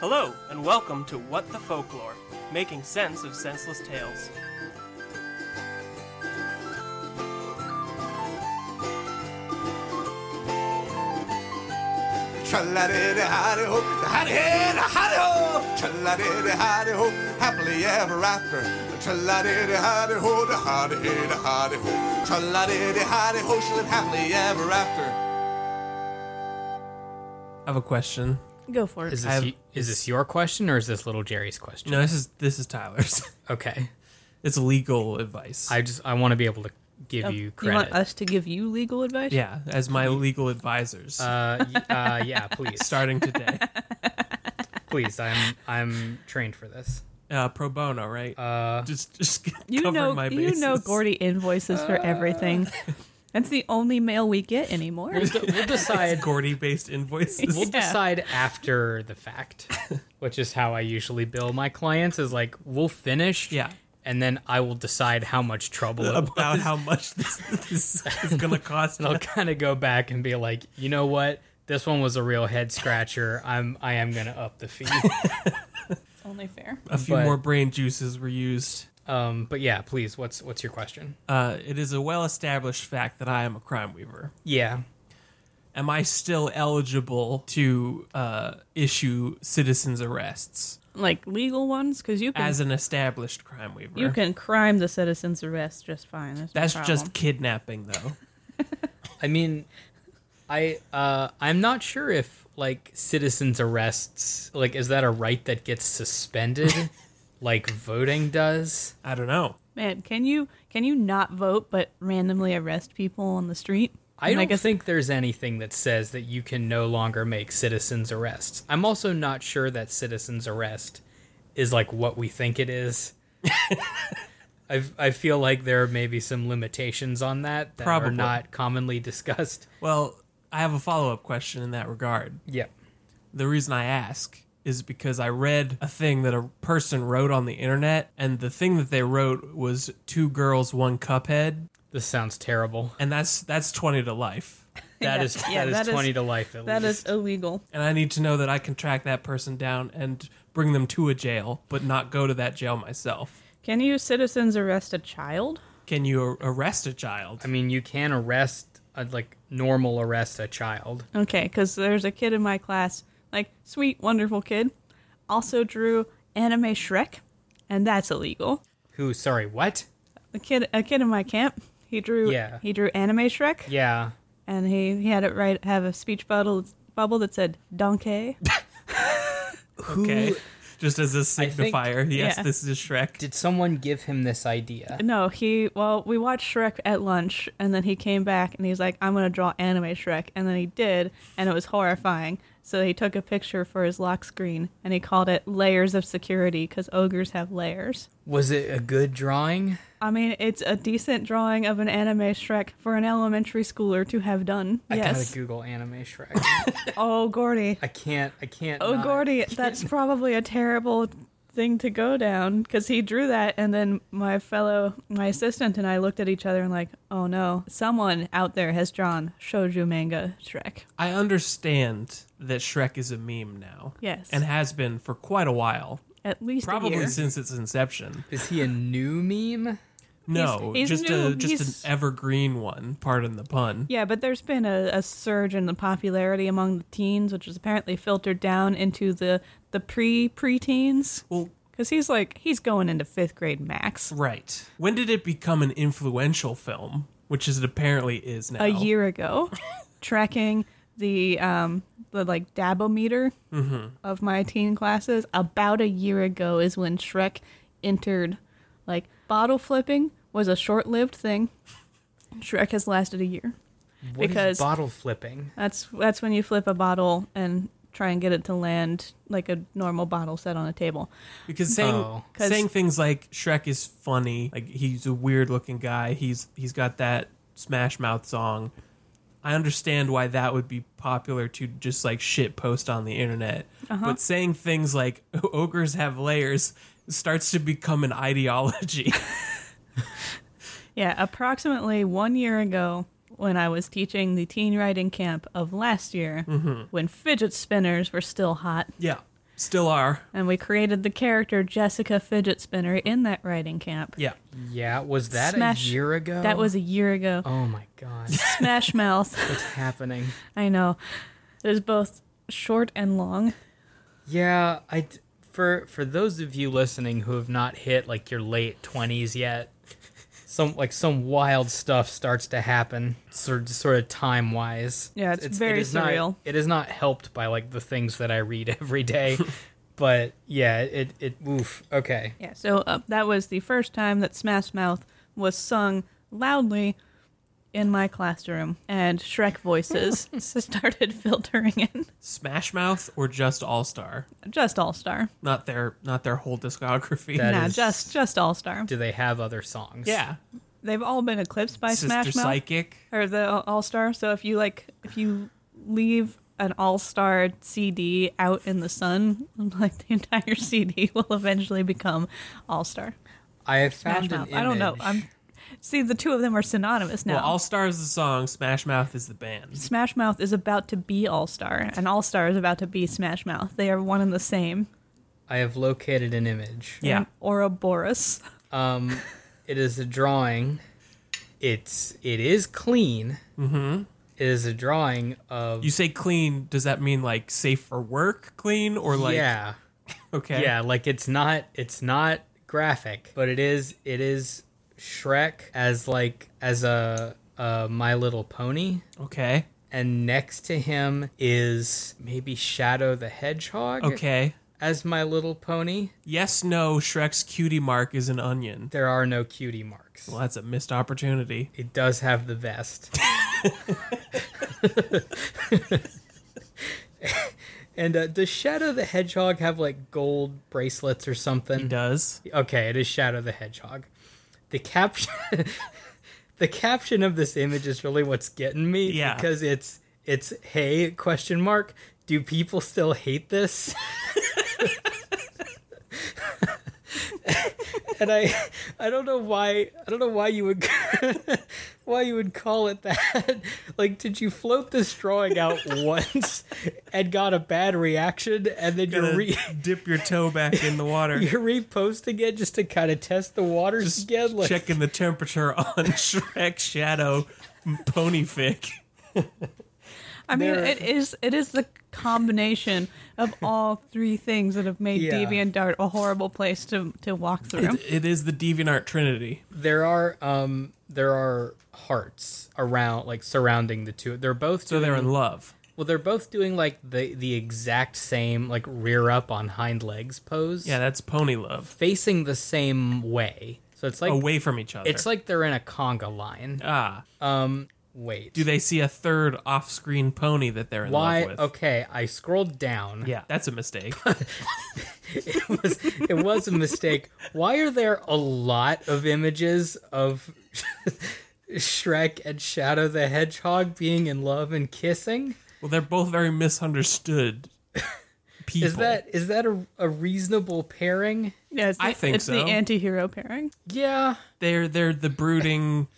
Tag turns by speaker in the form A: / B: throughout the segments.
A: Hello, and welcome to What the Folklore, making sense of senseless tales.
B: Tra-la-di-di-hi-di-ho, hi-di-hi-di-hi-di-ho, tra-la-di-di-hi-di-ho, happily ever after. Tra-la-di-di-hi-di-ho, hi-di-hi-di-hi-di-ho, tra-la-di-di-hi-di-ho, she lived happily ever after.
A: I have a question.
C: Go for it.
D: Is
A: I
D: this,
A: have-
D: y is this your question or is this little Jerry's question?
A: No, this is this is Tyler's.
D: Okay.
A: it's legal advice.
D: I just I want to be able to give
C: Oh,
D: you
C: want
D: credit.
C: us to give you legal advice?
A: yeah, as my legal advisors
D: uh, y- uh, yeah, please,
A: starting today.
D: please. I'm I'm trained for this.
A: Uh, pro bono, right?
D: Uh,
A: just just
C: You
A: covering
C: know,
A: my
C: you
A: bases.
C: know, Gordy invoices for everything. That's the only mail we get anymore.
D: we'll, de- we'll decide.
A: Gordy based invoices.
D: We'll
C: Yeah.
D: decide after the fact, which is how I usually bill my clients. Is like we'll finish,
A: Yeah.
D: and then I will decide how much trouble. It was.
A: about how much this, this is gonna cost.
D: And I'll kind of go back and be like, you know what? This one was a real head scratcher. I'm I am gonna up the fee.
C: It's only fair.
A: a few
D: but-
A: more brain juices were used.
D: um, but yeah, please. What's what's your question?
A: Uh, it is a well established fact that I am a crime weaver.
D: Yeah.
A: Am I still eligible to uh, issue citizens arrests
C: Like legal ones, because you can
A: as an established crime weaver?
C: you can crime the citizen's arrest just fine. There's no
A: That's
C: problem.
A: just kidnapping, though.
D: I mean, I uh, I'm not sure if like citizens arrests like is that a right that gets suspended, like voting does?
A: I don't know.
C: man. Can you can you not vote but randomly arrest people on the street?
D: I
C: And
D: don't
C: guess-
D: think there's anything that says that you can no longer make citizens arrests. I'm also not sure that citizens arrest is like what we think it is. I I feel like there may be some limitations on that that
A: Probably.
D: are not commonly discussed.
A: Well, I have a follow up question in that regard.
D: Yeah.
A: The reason I ask is because I read a thing that a person wrote on the internet, and the thing that they wrote was two girls, one cuphead,
D: This sounds terrible.
A: and that's that's twenty to life.
D: That
C: Yeah,
D: is
C: yeah,
D: that
C: that
D: is
C: is-
D: twenty to life at
C: that
D: least.
C: is illegal.
A: And I need to know that I can track that person down and bring them to a jail, but not go to that jail myself.
C: Can you citizens arrest a child?
A: Can you ar- arrest a child?
D: I mean, you can arrest, uh, like, normal arrest a child.
C: Okay, because there's a kid in my class, like sweet, wonderful kid, also drew anime Shrek, and that's illegal.
D: Who, sorry, what?
C: A kid, a kid in my camp, he drew,
D: Yeah.
C: he drew anime Shrek,
D: Yeah.
C: and he, he had it right have a speech bubble bubble that said donkey.
A: Okay. Just as a
D: think-
A: signifier, yes,
C: Yeah.
A: this is Shrek.
D: Did someone give him this idea?
C: no, he well, we watched Shrek at lunch, and then he came back and he's like, I'm gonna draw anime Shrek, and then he did, and it was horrifying. So he took a picture for his lock screen, and he called it layers of security because ogres have layers.
D: Was it a good drawing?
C: I mean, it's a decent drawing of an anime Shrek for an elementary schooler to have done.
D: I gotta
C: yes.
D: Google anime Shrek.
C: Oh, Gordy.
D: I can't, I can't.
C: Oh,
D: not-
C: Gordy, that's probably a terrible thing to go down because he drew that, and then my fellow, my assistant and I looked at each other and like, oh no, someone out there has drawn shoujo manga Shrek.
A: I understand that Shrek is a meme now.
C: Yes.
A: And has been for quite a while.
C: At least a
A: Probably
C: year.
A: since its inception.
D: Is he a new meme?
A: No,
C: he's
A: just a
C: new.
A: just
C: He's-
A: an evergreen one, pardon the pun.
C: Yeah, but there's been a, a surge in the popularity among the teens, which is apparently filtered down into the the pre preteens.
A: Well,
C: Because he's like, he's going into fifth grade max.
A: right. When did it become an influential film, which is it apparently is now?
C: A year ago, tracking the um the like dabometer of my teen classes. About a year ago is when Shrek entered. Like bottle flipping was a short lived thing. Shrek has lasted a year.
D: What is
C: Because-
D: bottle flipping.
C: That's that's when you flip a bottle and try and get it to land like a normal bottle set on a table.
A: Because saying
D: Oh.
C: 'Cause-
A: saying things like Shrek is funny, like he's a weird looking guy, he's he's got that Smash Mouth song. I understand why that would be popular to just like shit post on the internet.
C: Uh-huh.
A: But saying things like ogres have layers starts to become an ideology.
C: Yeah, approximately one year ago, when I was teaching
D: Mm-hmm.
C: the teen writing camp of last year, when fidget spinners were still hot,
A: yeah. Still are.
C: and we created the character Jessica Fidget Spinner in that writing camp.
A: Yeah.
D: Yeah, was that
C: Smash-
D: a year ago?
C: That was a year ago.
D: Oh my god,
C: Smash Mouth.
D: what's happening?
C: I know. It is both short and long.
D: Yeah, I d- for for those of you listening who have not hit like your late twenties yet, some like some wild stuff starts to happen, sort sort of time wise.
C: Yeah, it's very
D: is not-
C: surreal.
D: it is not helped by like the things that I read every day, but yeah, it it oof. Okay,
C: Yeah, so uh, that was the first time that Smash Mouth was sung loudly in my classroom, and Shrek voices started filtering in.
A: Smash Mouth or just All Star?
C: Just All Star.
A: Not their not their whole discography.
D: That
C: Nah,
D: is-
C: just just All Star.
D: do they have other songs?
A: yeah.
C: They've all been eclipsed by
A: Sister
C: Smash Mouth.
A: Psychic.
C: or the All Star. So if you like, if you leave an All Star CD out in the sun, like the entire CD will eventually become All Star.
D: I have
C: Smash
D: found an
C: Mouth. I don't know.
D: image.
C: I'm see the two of them are synonymous now.
A: Well, All Star is the song. Smash Mouth is the band.
C: Smash Mouth is about to be All Star, and All Star is about to be Smash Mouth. They are one and the same.
D: I have located an image.
A: Yeah.
C: Ouroboros.
D: Um, it is a drawing. It's it is clean. Mm-hmm. is a drawing of
A: You say clean. Does that mean like safe for work clean or like
D: yeah,
A: okay
D: yeah. Like it's not it's not graphic, but it is it is Shrek as like as a, a My Little Pony,
A: okay
D: and next to him is maybe Shadow the Hedgehog
A: okay
D: as My Little Pony.
A: yes no Shrek's cutie mark is an onion.
D: There are no cutie marks.
A: Well, that's a missed opportunity.
D: It does have the vest. and uh, does Shadow the Hedgehog have like gold bracelets or
A: He
D: something?
A: does.
D: Okay, it is Shadow the Hedgehog. The caption The caption of this image is really what's getting me
A: Yeah.
D: because it's it's hey question mark do people still hate this? and I I don't know why I don't know why you would why you would call it that. Like did you float this drawing out once and got a bad reaction and then you're
A: Gonna
D: re-
A: dip your toe back in the water.
D: you're reposting it just to kind of test the waters
A: Just
D: again. Like,
A: checking the temperature on Shrek Shadow Ponyfic.
C: I mean,
D: There-
C: it is it is the combination of all three things that have made
D: Yeah.
C: DeviantArt a horrible place to to walk through.
A: It is the DeviantArt Trinity.
D: there are um there are hearts around like surrounding the two. They're both
A: So they're in love.
D: well. They're both doing like the the exact same like rear up on hind legs pose.
A: Yeah, that's pony love.
D: facing the same way. So it's like
A: Away from each other.
D: it's like they're in a conga line.
A: Oh, ah,
D: Um, wait.
A: do they see a third off-screen pony that they're in
D: why?
A: love with?
D: Okay, I scrolled down.
A: Yeah, that's a mistake.
D: it was it was a mistake. Why are there a lot of images of Shrek and Shadow the Hedgehog being in love and kissing?
A: well, they're both very misunderstood people.
D: Is that is that a, a reasonable pairing?
C: Yeah, it's the,
A: I think
C: it's the
A: so.
C: anti-hero pairing.
D: Yeah,
A: they're they're the brooding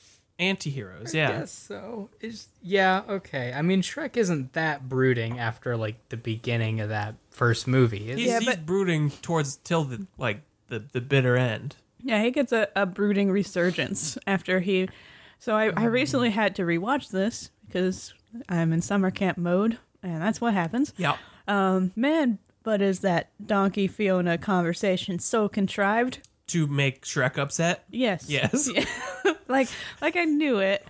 A: antiheroes?
D: I
A: Yeah,
D: guess so. Is yeah, okay. I mean Shrek isn't that brooding after like the beginning of that first movie. is
A: he's,
D: he?
C: Yeah,
A: he's
C: but-
A: brooding towards till the like the the bitter end.
C: Yeah, he gets a, a brooding resurgence after he. So I, I recently had to rewatch this because I'm in summer camp mode, and that's what happens.
A: Yeah,
C: Um, man, but is that donkey Fiona conversation so contrived?
A: to make Shrek upset.
C: Yes.
A: Yes.
C: Like, like I knew it,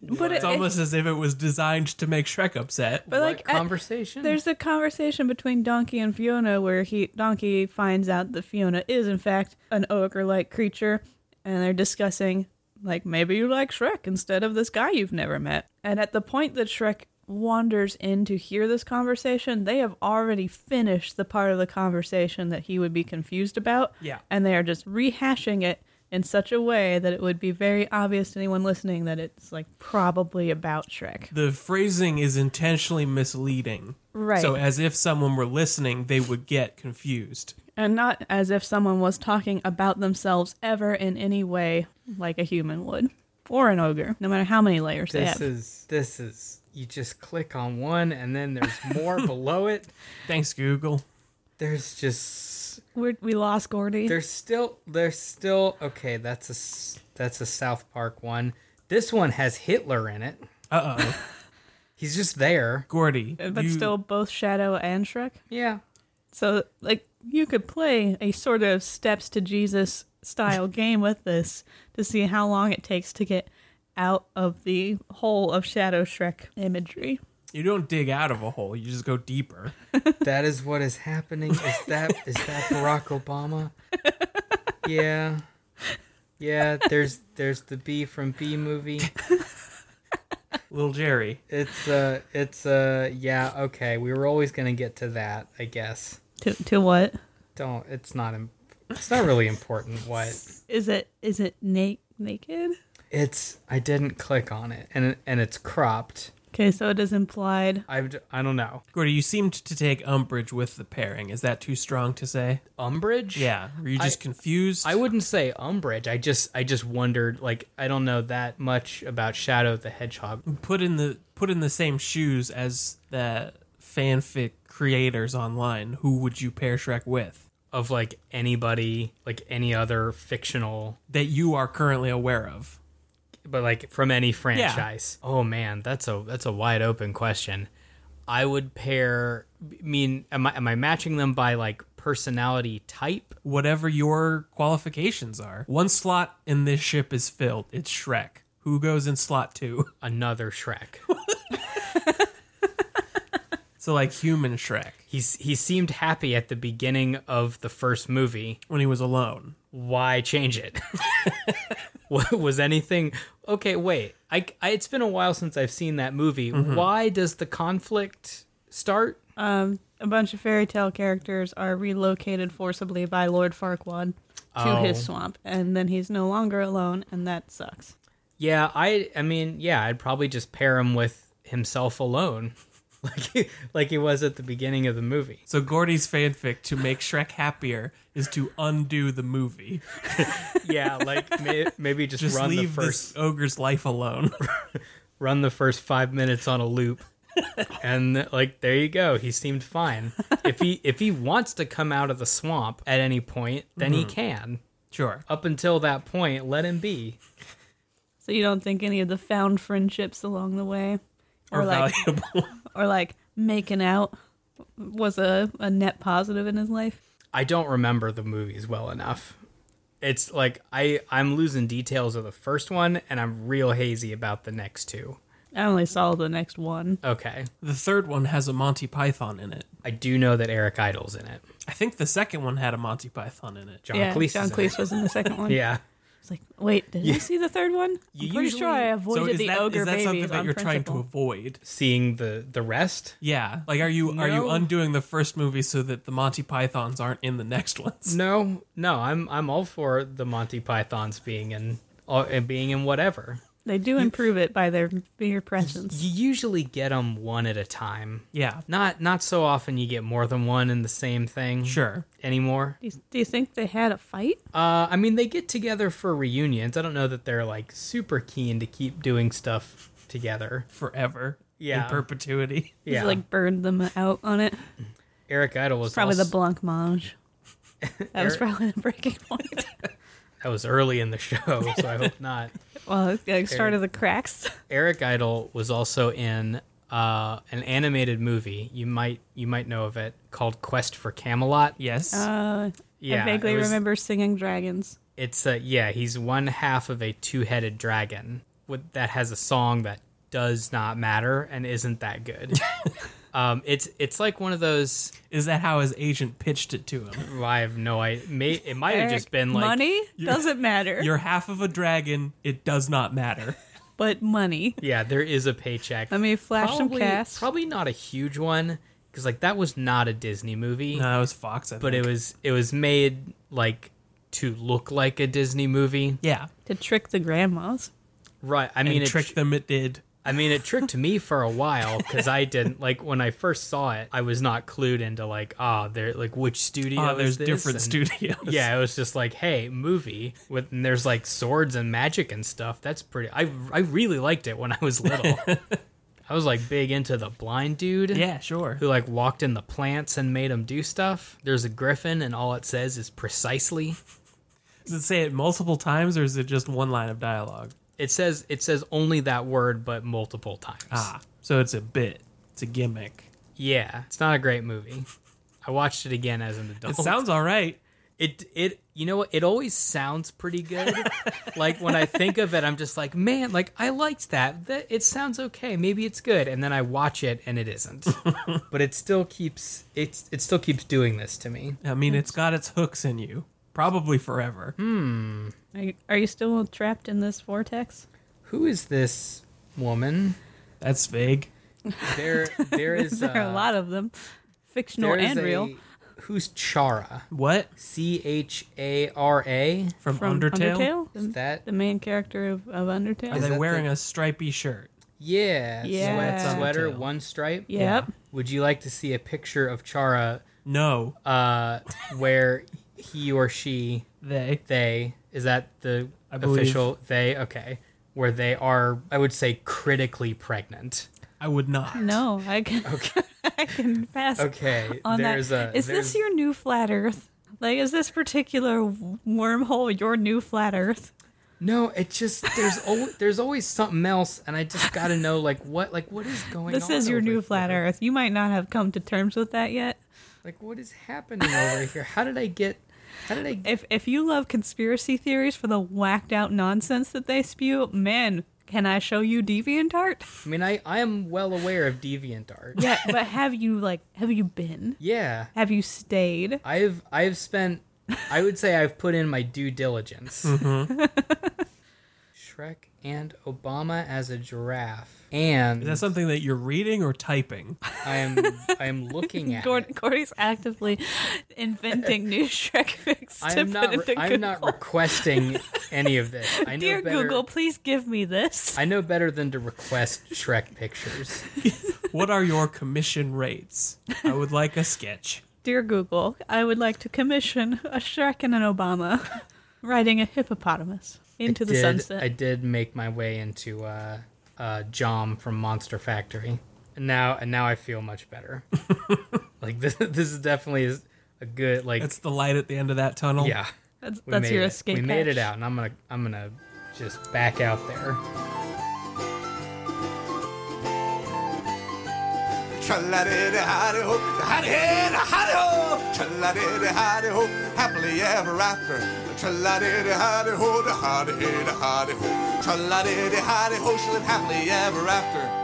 C: but it,
A: It's almost as if it was designed to make Shrek upset.
C: but
D: What
C: like at-
D: conversation?
C: There's a conversation between Donkey and Fiona where he Donkey finds out that Fiona is in fact an ogre-like creature, and they're discussing like maybe you like Shrek instead of this guy you've never met. And at the point that Shrek wanders in to hear this conversation, they have already finished the part of the conversation that he would be confused about.
A: Yeah.
C: and they are just rehashing it. In such a way that it would be very obvious to anyone listening that it's like probably about Shrek.
A: the phrasing is intentionally misleading.
C: Right.
A: So as if someone were listening, they would get confused.
C: And not as if someone was talking about themselves ever in any way like a human would. Or an ogre, no matter how many layers they
D: this
C: have.
D: is this is you just click on one and then there's more below it.
A: Thanks, Google.
D: There's just
C: We're, we lost Gordy.
D: there's still there's still okay. That's a s- that's a South Park one. This one has Hitler in it.
A: Uh oh,
D: He's just there.
A: Gordy.
C: but
A: you-
C: still, both Shadow and Shrek.
D: Yeah.
C: So, like, you could play a sort of steps to Jesus style game with this to see how long it takes to get out of the hole of Shadow Shrek imagery.
A: you don't dig out of a hole. You just go deeper.
D: That is what is happening. Is that is that Barack Obama? Yeah. Yeah, there's there's the B from B movie.
A: Little Jerry.
D: It's uh it's uh yeah, okay. We were always going to get to that, I guess.
C: To to what
D: Don't it's not im- it's not really important what
C: is it? Is it na- naked?
D: it's I didn't click on it and it- and it's cropped.
C: Okay, so it is implied.
D: I I don't know.
A: Gordy, you seemed to take umbrage with the pairing. Is that too strong to say?
D: Umbrage?
A: Yeah. Were you just
D: I-
A: confused?
D: I wouldn't say umbrage. I just I just wondered like I don't know that much about Shadow the Hedgehog.
A: put in the put in the same shoes as the fanfic creators online. Who would you pair Shrek with
D: of like anybody, like any other fictional,
A: that you are currently aware of?
D: but like from any franchise. Oh man, that's a that's a wide open question. I would pair. I mean, am I am I matching them by like personality type?
A: Whatever your qualifications are. One slot in this ship is filled. It's Shrek. Who goes in slot two?
D: Another Shrek.
A: So like human Shrek
D: He's he seemed happy at the beginning of the first movie.
A: when he was alone.
D: Why change it? What- Was anything okay? Wait, I, I it's been a while since I've seen that movie.
A: Mm-hmm.
D: Why does the conflict start?
C: Um, a bunch of fairy tale characters are relocated forcibly by Lord Farquaad to
D: Oh.
C: his swamp, and then he's no longer alone, and that sucks.
D: Yeah, I I mean, yeah, I'd probably just pair him with himself alone. Like like he was at the beginning of the movie.
A: So Gordy's fanfic to make Shrek happier is to undo the movie.
D: Yeah, like may, maybe just,
A: Just
D: run the
A: leave
D: first
A: this ogre's life alone.
D: run the first 5 minutes on a loop. and like there you go, he seemed fine. If he if he wants to come out of the swamp at any point, then
A: Mm-hmm.
D: he can.
A: sure.
D: Up until that point, let him be.
C: So you don't think any of the found friendships along the way,
A: Or,
C: like
A: valuable.
C: or like making out was a, a net positive in his life.
D: I don't remember the movies well enough. It's like I I'm losing details of the first one and I'm real hazy about the next two.
C: I only saw the next one.
D: Okay.
A: the third one has a Monty Python in it.
D: I do know that Eric Idle's in it.
A: I think the second one had a Monty Python in it.
D: John
C: yeah,
D: Cleese.
C: John
D: is in
C: Cleese
D: it.
C: was in the second one.
D: Yeah.
C: It's like, wait, did I see the third one?
D: You
C: I'm pretty
D: usually-
C: sure I
A: So
C: avoided
A: is
C: the
A: that,
C: ogre
A: is that
C: babies
A: something that
C: on
A: you're trying to
C: principle.
A: avoid?
D: Seeing the the rest?
A: Yeah. Like are you are
D: No.
A: you undoing the first movie so that the Monty Pythons aren't in the next ones?
D: No, no. I'm I'm all for the Monty Python's being in all- and being in whatever.
C: They do improve it by their mere presence.
D: You usually get them one at a time.
A: Yeah.
D: Not not so often you get more than one in the same thing.
A: Sure.
D: Anymore.
C: Do you, do you think they had a fight?
D: Uh, I mean, they get together for reunions. I don't know that they're like super keen to keep doing stuff together.
A: Forever.
D: Yeah.
A: In perpetuity.
C: Just,
D: Yeah,
C: like burned them out on it.
D: Eric Idle was
C: Probably the
D: also-
C: Blanc Mange. That was
D: Eric-
C: probably the breaking point.
D: that was early in the show, so I hope not.
C: well, it like, started the cracks.
D: Eric Idle was also in uh, an animated movie. You might you might know of it called Quest for Camelot.
A: Yes.
C: Uh,
D: Yeah,
C: I vaguely
D: it was-
C: remember singing dragons.
D: It's a yeah. He's one half of a two-headed dragon with, that has a song that does not matter and isn't that good. um, it's it's like one of those.
A: Is that how his agent pitched it to him?
D: I have no idea. May, it might have
C: Eric,
D: just been like
C: money doesn't matter,
A: You're half of a dragon, it does not matter.
C: but money.
D: Yeah, there is a paycheck.
C: Let me flash
D: probably,
C: some cash.
D: Probably not a huge one because like that was not a Disney movie,
A: No, it was Fox, I think.
D: but it was it was made like to look like a Disney movie.
A: Yeah.
C: to trick the grandmas.
D: Right. I mean,
A: And
D: it
A: trick
D: tricked.
A: them it did.
D: I mean, it tricked me for a while because I didn't like when I first saw it. I was not clued into like ah, there like which studio.
A: Oh,
D: is
A: there's
D: this
A: different
D: and-
A: studios.
D: Yeah, it was just like, hey, movie with and there's like swords and magic and stuff. That's pretty. I I really liked it when I was little. I was like big into the blind dude.
A: Yeah, sure.
D: Who like walked in the plants and made them do stuff. There's a griffin, and all it says is precisely.
A: Does it say it multiple times, or is it just one line of dialogue?
D: It says it says only that word, but multiple times.
A: Ah, so it's a bit. It's a gimmick.
D: Yeah, it's not a great movie. I watched it again as an adult.
A: It sounds all right.
D: it it you know what it always sounds pretty good like when i think of it i'm just like man like i liked that that it sounds okay maybe it's good and then i watch it and it isn't but it still keeps it's it still keeps doing this to me
A: I mean, it's got its hooks in you, probably forever.
C: Hmm. Are you, are you still trapped in this vortex?
D: who is this woman
A: That's vague.
D: there there is uh,
C: there are a lot of them, fictional and real.
D: who's chara
A: What
D: c-h-a-r-a
A: from,
C: From
A: Undertale?
C: The,
D: that-
C: the main character of, of Undertale.
A: Are
D: Is
A: they
D: that
A: wearing
D: the-
A: a stripy shirt?
D: yeah,
C: Yeah.
D: sweat- sweater
A: Undertale.
D: one stripe
C: Yep.
D: would you like to see a picture of chara
A: No,
D: uh, where he or she
A: they.
D: they is that the
A: I believe.
D: official they okay where they are I would say critically pregnant.
A: I would not.
C: No, I can. I can pass
D: Okay,
C: on
D: there's
C: that.
D: a
C: Is
D: there's,
C: this your new flat Earth? Like, is this particular w- wormhole your new flat Earth?
D: no? It just there's always there's always something else, and I just got to know like what like what is going.
C: This
D: on
C: is your
D: over
C: new
D: here?
C: flat Earth. You might not have come to terms with that yet.
D: Like what is happening over here? How did I get? How did I? get
C: If if you love conspiracy theories for the whacked out nonsense that they spew, man, can I show you DeviantArt?
D: I mean, I I am well aware of deviant art.
C: Yeah, but have you like have you been?
D: Yeah,
C: Have you stayed?
D: I've I've spent I would say I've put in my due diligence. Shrek and Obama as a giraffe. And
A: Is that something that you're reading or typing?
D: I am I am looking at
C: Gord-
D: it.
C: Corey's actively inventing new Shrek fix to
D: I'm
C: put
D: not
C: into
D: I'm
C: Google.
D: not requesting any of this. I know
C: Dear
D: better
C: Google, please give me this.
D: I know better than to request Shrek pictures.
A: what are your commission rates? I would like a sketch.
C: Dear Google, I would like to commission a Shrek and an Obama riding a hippopotamus into
D: I
C: the
D: did,
C: sunset.
D: I did make my way into uh, uh, Jom from Monster Factory. And now and now I feel much better. like this this is definitely is a good like
A: It's the light at the end of that tunnel.
D: yeah.
C: that's
D: We
C: that's
D: made
C: your
D: it.
C: escape.
D: We made it
C: hatch.
D: out, and I'm gonna I'm gonna just back out there.
B: Tra-la-di-di-hi-di-ho, hi-di-hi-di-hi-di-ho, tra-la-di-di-hi-di-ho, happily ever after. Tra-la-di-di-hi-di-ho, da-hi-di-hi-di-hi-di-ho, tra-la-di-di-hi-di-ho, shall live happily ever after.